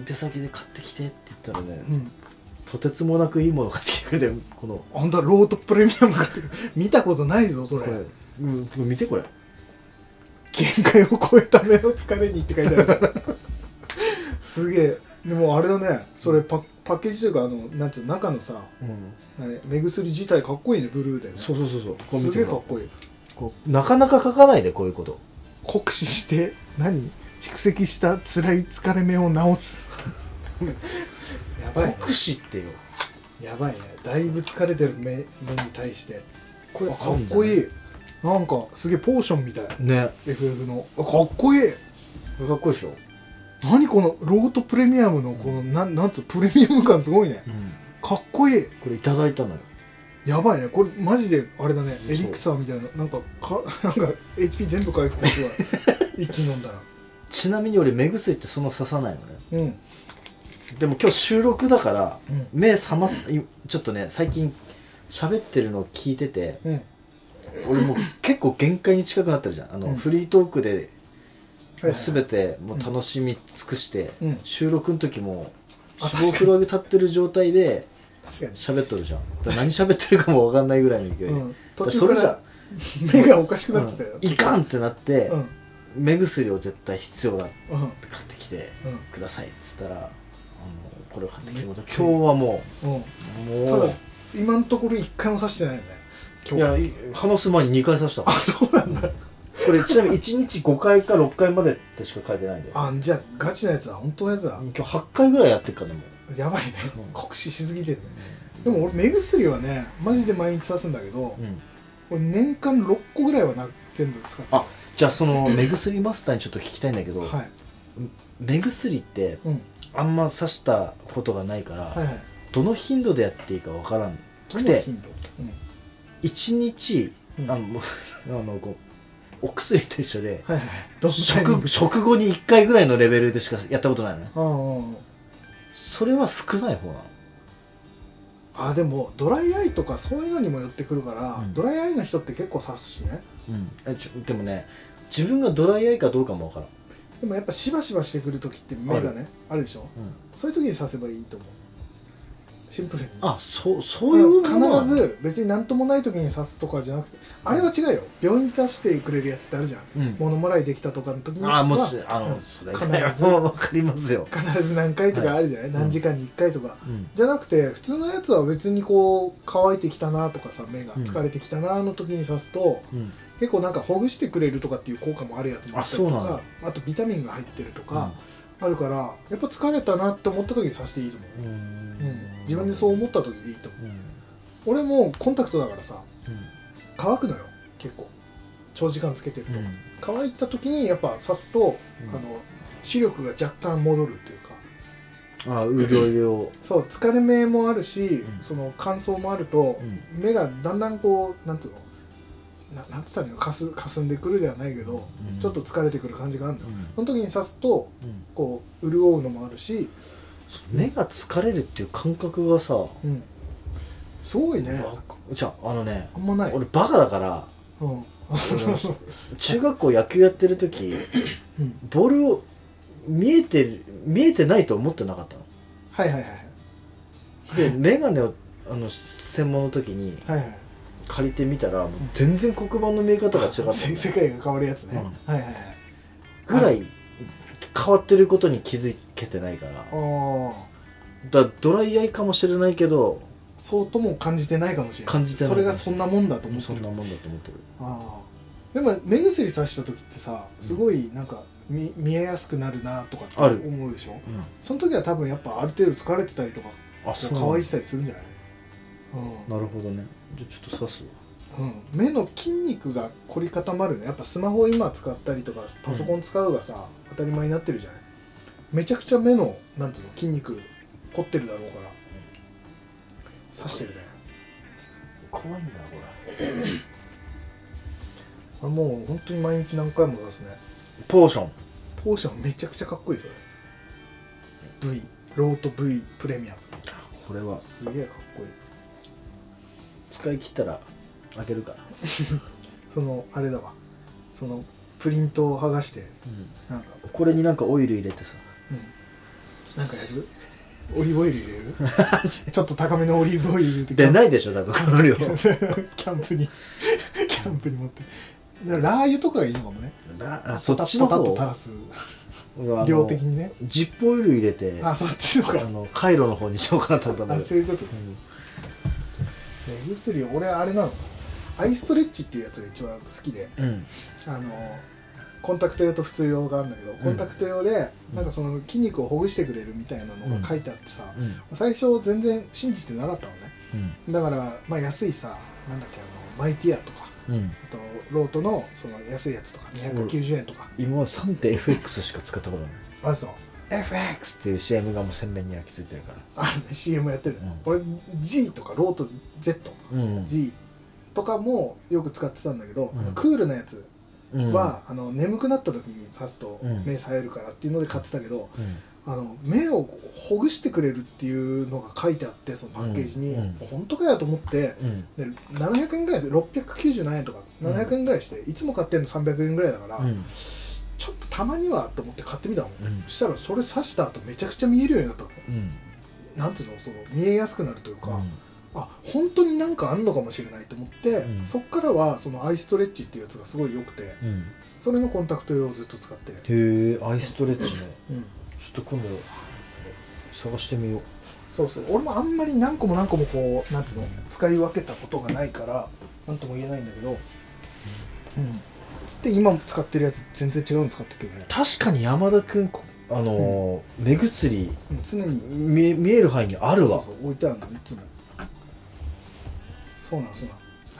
[SPEAKER 2] 出先で買ってきて」って言ったらね、
[SPEAKER 1] うん
[SPEAKER 2] とてつもなくいいもの買ってきてくれてこの
[SPEAKER 1] 本当はロートプレミアム買ってくる見たことないぞそ
[SPEAKER 2] こ
[SPEAKER 1] れ
[SPEAKER 2] れ、うん、見てこれ
[SPEAKER 1] 限界を超えた目の疲れにって書いてあるじゃんすげえでもあれだねそれパパッケージというかあのなんつうの中のさ
[SPEAKER 2] うん
[SPEAKER 1] 何目薬自体かっこいいねブルーで、ね、
[SPEAKER 2] そうそうそうそうこれ
[SPEAKER 1] す
[SPEAKER 2] 見
[SPEAKER 1] げ
[SPEAKER 2] て
[SPEAKER 1] えかっ
[SPEAKER 2] こ
[SPEAKER 1] こいい
[SPEAKER 2] れこうなかなか書かないでこういうこと
[SPEAKER 1] 酷使して何蓄積した辛い疲れ目を治す やばい、ね、
[SPEAKER 2] 酷使ってよ
[SPEAKER 1] やばいねだいぶ疲れてる目目に対して
[SPEAKER 2] こ
[SPEAKER 1] あかっこいいなんかすげえポーションみたい
[SPEAKER 2] ね
[SPEAKER 1] FF のあかっこいい
[SPEAKER 2] これかっこいいでしょ、
[SPEAKER 1] 何このロートプレミアムのこのなんなんつうプレミアム感すごいねかっこいい
[SPEAKER 2] これいただいたのよ
[SPEAKER 1] やばいねこれマジであれだね
[SPEAKER 2] そう
[SPEAKER 1] エリクサーみたいななんかかなんか HP 全部回復す るわ一気に飲んだら
[SPEAKER 2] ちなみに俺目薬ってそんな刺さないのね
[SPEAKER 1] うん
[SPEAKER 2] でも今日収録だから、
[SPEAKER 1] うん
[SPEAKER 2] 目覚ますいちょっとね最近喋ってるのを聞いてて
[SPEAKER 1] うん
[SPEAKER 2] 俺もう結構限界に近くなってるじゃんあの、
[SPEAKER 1] うん
[SPEAKER 2] フリートークで
[SPEAKER 1] はい
[SPEAKER 2] 全てもう楽しみ尽くして、
[SPEAKER 1] うん
[SPEAKER 2] 収録の時も
[SPEAKER 1] あ
[SPEAKER 2] 下風呂上げ立ってる状態で
[SPEAKER 1] 確かに
[SPEAKER 2] 喋っとるじゃんだから何喋ってるかも分かんないぐらいの勢いで、
[SPEAKER 1] うん
[SPEAKER 2] だ
[SPEAKER 1] 途
[SPEAKER 2] ら
[SPEAKER 1] 中
[SPEAKER 2] それじ
[SPEAKER 1] か
[SPEAKER 2] ゃ、
[SPEAKER 1] ら目がおかしくなってたよ
[SPEAKER 2] うん、いかんってなって、
[SPEAKER 1] うん
[SPEAKER 2] 目薬を絶対必要だって
[SPEAKER 1] うん
[SPEAKER 2] 買ってきて
[SPEAKER 1] うん
[SPEAKER 2] くださいっつったらあのこれを買ってきてもらった
[SPEAKER 1] めっちゃいい
[SPEAKER 2] 今日はも
[SPEAKER 1] うん
[SPEAKER 2] うもう
[SPEAKER 1] ただ今のところ一回も刺してないよね今日
[SPEAKER 2] いやい話す前に2回刺したも
[SPEAKER 1] あ
[SPEAKER 2] ん
[SPEAKER 1] そうなんだ
[SPEAKER 2] これちなみに1日5回か6回までってしか書いてないんだよ
[SPEAKER 1] あじゃあガチなやつだ本当のやつだ
[SPEAKER 2] 今日8回ぐらいやってっからねもう
[SPEAKER 1] やばいね
[SPEAKER 2] うん
[SPEAKER 1] 酷使しすぎてるねでも俺目薬はねマジで毎日刺すんだけど、
[SPEAKER 2] うん
[SPEAKER 1] 俺年間6個ぐらいはな全部使って
[SPEAKER 2] あじゃあその目薬マスターにちょっと聞きたいんだけど、
[SPEAKER 1] はい
[SPEAKER 2] 目薬って
[SPEAKER 1] うん
[SPEAKER 2] あんま刺したことがないから、
[SPEAKER 1] はいはい
[SPEAKER 2] どの頻度でやっていいかわからん
[SPEAKER 1] ど
[SPEAKER 2] く
[SPEAKER 1] の
[SPEAKER 2] て
[SPEAKER 1] 頻度、うん
[SPEAKER 2] 1日あ
[SPEAKER 1] うん
[SPEAKER 2] のもう あのこうお薬と一緒で
[SPEAKER 1] はいはいどのタイミング
[SPEAKER 2] 食食後に1回ぐらいのレベルでしかやったことないのね
[SPEAKER 1] うんうん
[SPEAKER 2] それは少ない方なの
[SPEAKER 1] あでもドライアイとかそういうのにも寄ってくるから、
[SPEAKER 2] うん
[SPEAKER 1] ドライアイの人って結構刺すしね
[SPEAKER 2] えちょでもね自分がドライアイかどうかもわからん、
[SPEAKER 1] でもやっぱしばしばしてくる時って目がねあるでしょそういう時に刺せばいいと思うシンプルに
[SPEAKER 2] あそうそういうものなの
[SPEAKER 1] 必、ず別に何ともない時に刺すとかじゃなくてあれは違うよ病院に出してくれるやつってあるじゃん
[SPEAKER 2] うん、
[SPEAKER 1] 物もらいできたとかの時には
[SPEAKER 2] あもうあの、
[SPEAKER 1] うん
[SPEAKER 2] それ
[SPEAKER 1] 必ず
[SPEAKER 2] もうわかりますよ、
[SPEAKER 1] 必ず何回とかあるじゃない、
[SPEAKER 2] い
[SPEAKER 1] 何時間に1回とか、
[SPEAKER 2] うん
[SPEAKER 1] じゃなくて普通のやつは別にこう乾いてきたなとかさ目が
[SPEAKER 2] うん
[SPEAKER 1] 疲れてきたなの時に刺すと、結構なんかほぐしてくれるとかっていう効果もあるやつもあったりと
[SPEAKER 2] あそうなん
[SPEAKER 1] かあとビタミンが入ってるとか、あるからやっぱ疲れたなって思った時に刺していいと思う、
[SPEAKER 2] うん
[SPEAKER 1] うん、自分でそう思った時でいいと思う
[SPEAKER 2] うん、うん
[SPEAKER 1] 俺もうコンタクトだからさ乾くのよ結構長時間つけてると、乾いた時にやっぱ刺すと、
[SPEAKER 2] うん
[SPEAKER 1] あの視力が若干戻るっていうか
[SPEAKER 2] あうるおいを、
[SPEAKER 1] そう疲れ目もあるし、
[SPEAKER 2] うん
[SPEAKER 1] その乾燥もあると、目がだんだんこうなんつうのななんつったらいいのかすかすんでくるではないけど、
[SPEAKER 2] うん
[SPEAKER 1] ちょっと疲れてくる感じがあるの
[SPEAKER 2] う
[SPEAKER 1] よ、
[SPEAKER 2] ん
[SPEAKER 1] その時に刺すとこう潤うのもあるし、
[SPEAKER 2] 目が疲れるっていう感覚がさ、
[SPEAKER 1] うん、すごいね
[SPEAKER 2] わかじゃああのね
[SPEAKER 1] あんまない、
[SPEAKER 2] 俺バカだから
[SPEAKER 1] うん
[SPEAKER 2] 中学校野球やってる時
[SPEAKER 1] うん、
[SPEAKER 2] ボールを見えてる見えてないと思ってなかったの
[SPEAKER 1] はいはいはい
[SPEAKER 2] で眼鏡をあの専門の時に
[SPEAKER 1] はいはいはい
[SPEAKER 2] 借りてみたらもう全然黒板の見え方が違ったの
[SPEAKER 1] せ世界が変わるやつね、
[SPEAKER 2] う
[SPEAKER 1] はいはいはい
[SPEAKER 2] ぐらい変わってることに気づけてないから
[SPEAKER 1] ああ
[SPEAKER 2] だドライアイかもしれないけど
[SPEAKER 1] そうとも感じてないかもしれない
[SPEAKER 2] 感じてない
[SPEAKER 1] それがそんなもんだと思って
[SPEAKER 2] そん
[SPEAKER 1] る
[SPEAKER 2] なもんだと思ってる
[SPEAKER 1] ああでも目薬さした時ってさすごいなんか見見えやすくなるなとかって
[SPEAKER 2] ある
[SPEAKER 1] 思うでしょ
[SPEAKER 2] う
[SPEAKER 1] その時は多分やっぱある程度疲れてたりとか
[SPEAKER 2] んあ
[SPEAKER 1] こう
[SPEAKER 2] なんだ
[SPEAKER 1] 乾いてたりするんじゃない
[SPEAKER 2] なるほどねじゃあちょっと刺す
[SPEAKER 1] う
[SPEAKER 2] わ
[SPEAKER 1] ん、うん、目の筋肉が凝り固まるねやっぱスマホ今使ったりとかパソコン使うがさ、当たり前になってるじゃないめちゃくちゃ目のなんつうの筋肉凝ってるだろうから刺してるね
[SPEAKER 2] 怖いんだこれ
[SPEAKER 1] あもう本当に毎日何回も出すね
[SPEAKER 2] ポーション
[SPEAKER 1] ポーションめちゃくちゃかっこいいそれ V ロート V プレミアム
[SPEAKER 2] これは
[SPEAKER 1] すげえかっこいい
[SPEAKER 2] 使い切ったら開けるから、
[SPEAKER 1] そのあれだわそのプリントを剥がしてなんか
[SPEAKER 2] これになんかオイル入れてさ
[SPEAKER 1] うんなんかやるオリーブオイル入れる ちょっと高めのオリーブオイル入れて
[SPEAKER 2] 出
[SPEAKER 1] い
[SPEAKER 2] ないでしょ多分この量
[SPEAKER 1] キ
[SPEAKER 2] ラ
[SPEAKER 1] ャンプに キャンプに持ってだからラー油とかがいいのかもね
[SPEAKER 2] あそっちの
[SPEAKER 1] ポタポタ
[SPEAKER 2] 方
[SPEAKER 1] と垂らす
[SPEAKER 2] 俺あの
[SPEAKER 1] 量的にね
[SPEAKER 2] ジップオイル入れて
[SPEAKER 1] あ
[SPEAKER 2] あ
[SPEAKER 1] そっちのか
[SPEAKER 2] のカイロの方にしようかなと思ったん
[SPEAKER 1] あ
[SPEAKER 2] だけ
[SPEAKER 1] そ
[SPEAKER 2] ど
[SPEAKER 1] ういうこと目薬俺あれなのアイストレッチっていうやつが一番好きで
[SPEAKER 2] うん、うん
[SPEAKER 1] あのコンタクト用と普通用があるんだけどコンタクト用で、
[SPEAKER 2] うん
[SPEAKER 1] なんかその筋肉をほぐしてくれるみたいなのが書いてあってさ、
[SPEAKER 2] うん
[SPEAKER 1] 最初全然信じてなかったのね
[SPEAKER 2] うん
[SPEAKER 1] だから、まあ、安いさなんだっけあのマイティアとか
[SPEAKER 2] うん
[SPEAKER 1] あとロートのその安いやつとか290円とか、
[SPEAKER 2] 今は 3.FX しか使ったことない
[SPEAKER 1] あれそう FX
[SPEAKER 2] X っていう CM がもう鮮明に焼き付いてるから
[SPEAKER 1] あのね CM やってる、
[SPEAKER 2] うん
[SPEAKER 1] 俺 G とかロート ZG、
[SPEAKER 2] うん、
[SPEAKER 1] とかもよく使ってたんだけど、
[SPEAKER 2] うん
[SPEAKER 1] クールなやつ
[SPEAKER 2] うん、
[SPEAKER 1] は、あの眠くなった時に刺すと
[SPEAKER 2] うん
[SPEAKER 1] 目冴えるからっていうので買ってたけど、
[SPEAKER 2] うん
[SPEAKER 1] あの目をほぐしてくれるっていうのが書いてあってそのパッケージに、
[SPEAKER 2] うんうん
[SPEAKER 1] 本当かよと思って
[SPEAKER 2] うん
[SPEAKER 1] で700円ぐらいです690何円とか700円ぐらいして、いつも買ってんの300円ぐらいだから、
[SPEAKER 2] うん
[SPEAKER 1] ちょっとたまにはと思って買ってみたもん、
[SPEAKER 2] うん
[SPEAKER 1] そしたらそれ刺した後めちゃくちゃ見えるようになったの
[SPEAKER 2] うん
[SPEAKER 1] なんていうのその見えやすくなるというか、
[SPEAKER 2] うん
[SPEAKER 1] あ本当になんかあんのかもしれないと思って、
[SPEAKER 2] うん
[SPEAKER 1] そっからはそのアイストレッチっていうやつがすごい良くて
[SPEAKER 2] うん
[SPEAKER 1] それのコンタクト用をずっと使って、
[SPEAKER 2] へえアイストレッチね
[SPEAKER 1] うん、
[SPEAKER 2] ちょっと今度探してみよう
[SPEAKER 1] そうそう俺もあんまり何個も何個もこうなんていうの使い分けたことがないから何とも言えないんだけどうんつって今使ってるやつ全然違うの使ってるけどね
[SPEAKER 2] 確かに山田君こあのー目薬
[SPEAKER 1] うん常に
[SPEAKER 2] 見え見える範囲にある
[SPEAKER 1] そう
[SPEAKER 2] わ
[SPEAKER 1] そうそう置いてあるのいつもそうなんそうな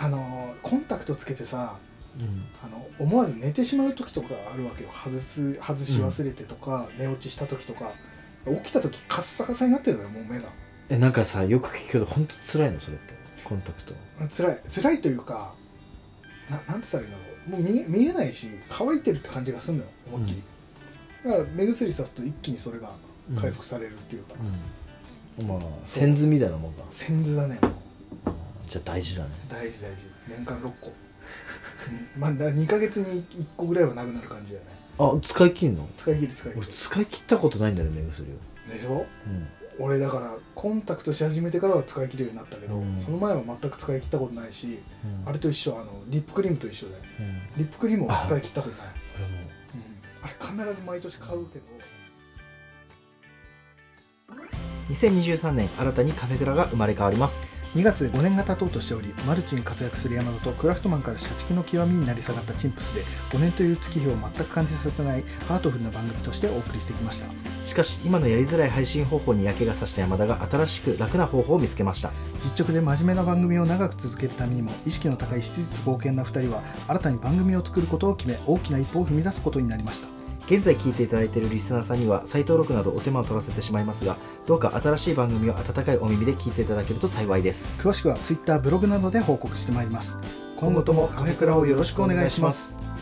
[SPEAKER 1] んあのーコンタクトつけてさ
[SPEAKER 2] うん
[SPEAKER 1] あの思わず寝てしまう時とかあるわけよ外す外し忘れてとか、寝落ちした時とか起きた時カッサカサになってるのよもう目が
[SPEAKER 2] えなんかさよく聞くけど本当辛いのそれってコンタクト
[SPEAKER 1] 辛い辛いというかななんて言ったらいいんだろうもう見え見えないし乾いてるって感じがするのよ思いっきり、だから目薬さすと一気にそれが回復されるっていうか、
[SPEAKER 2] うんまあ線図みたいなもんだ
[SPEAKER 1] 先図だね
[SPEAKER 2] じゃあ大事だね
[SPEAKER 1] 大事大事年間6個 うんまあ2ヶ月に1個ぐらいはなくなる感じだよね
[SPEAKER 2] あ使い切んの
[SPEAKER 1] 使い切り使い切
[SPEAKER 2] 俺使い切ったことないんだよね目薬を
[SPEAKER 1] りでしょ
[SPEAKER 2] うん
[SPEAKER 1] 俺だからコンタクトし始めてからは使い切るようになったけど、
[SPEAKER 2] うん
[SPEAKER 1] その前は全く使い切ったことないし、あれと一緒あのリップクリームと一緒で
[SPEAKER 2] うんうん
[SPEAKER 1] リップクリームを使い切ったことない
[SPEAKER 2] 俺も
[SPEAKER 1] うん、あれ必ず毎年買うけど
[SPEAKER 3] 2023年新たにカフェクラが生まれ変わります
[SPEAKER 1] 2月で5年が経とうとしておりマルチに活躍する山田とクラフトマンから社畜の極みになり下がったチンプスで5年という月日を全く感じさせないハートフルな番組としてお送りしてきました
[SPEAKER 3] しかし今のやりづらい配信方法にやけがさした山田が新しく楽な方法を見つけました
[SPEAKER 1] 実直で真面目な番組を長く続けるためにも意識の高い質実冒険な2人は新たに番組を作ることを決め大きな一歩を踏み出すことになりました
[SPEAKER 3] 現在聞いていただいているリスナーさんには再登録などお手間を取らせてしまいますがどうか新しい番組を温かいお耳で聞いていただけると幸いです
[SPEAKER 1] 詳しくは Twitter ブログなどで報告してまいります今後ともカフェクラをよろしくお願いします
[SPEAKER 3] お願いし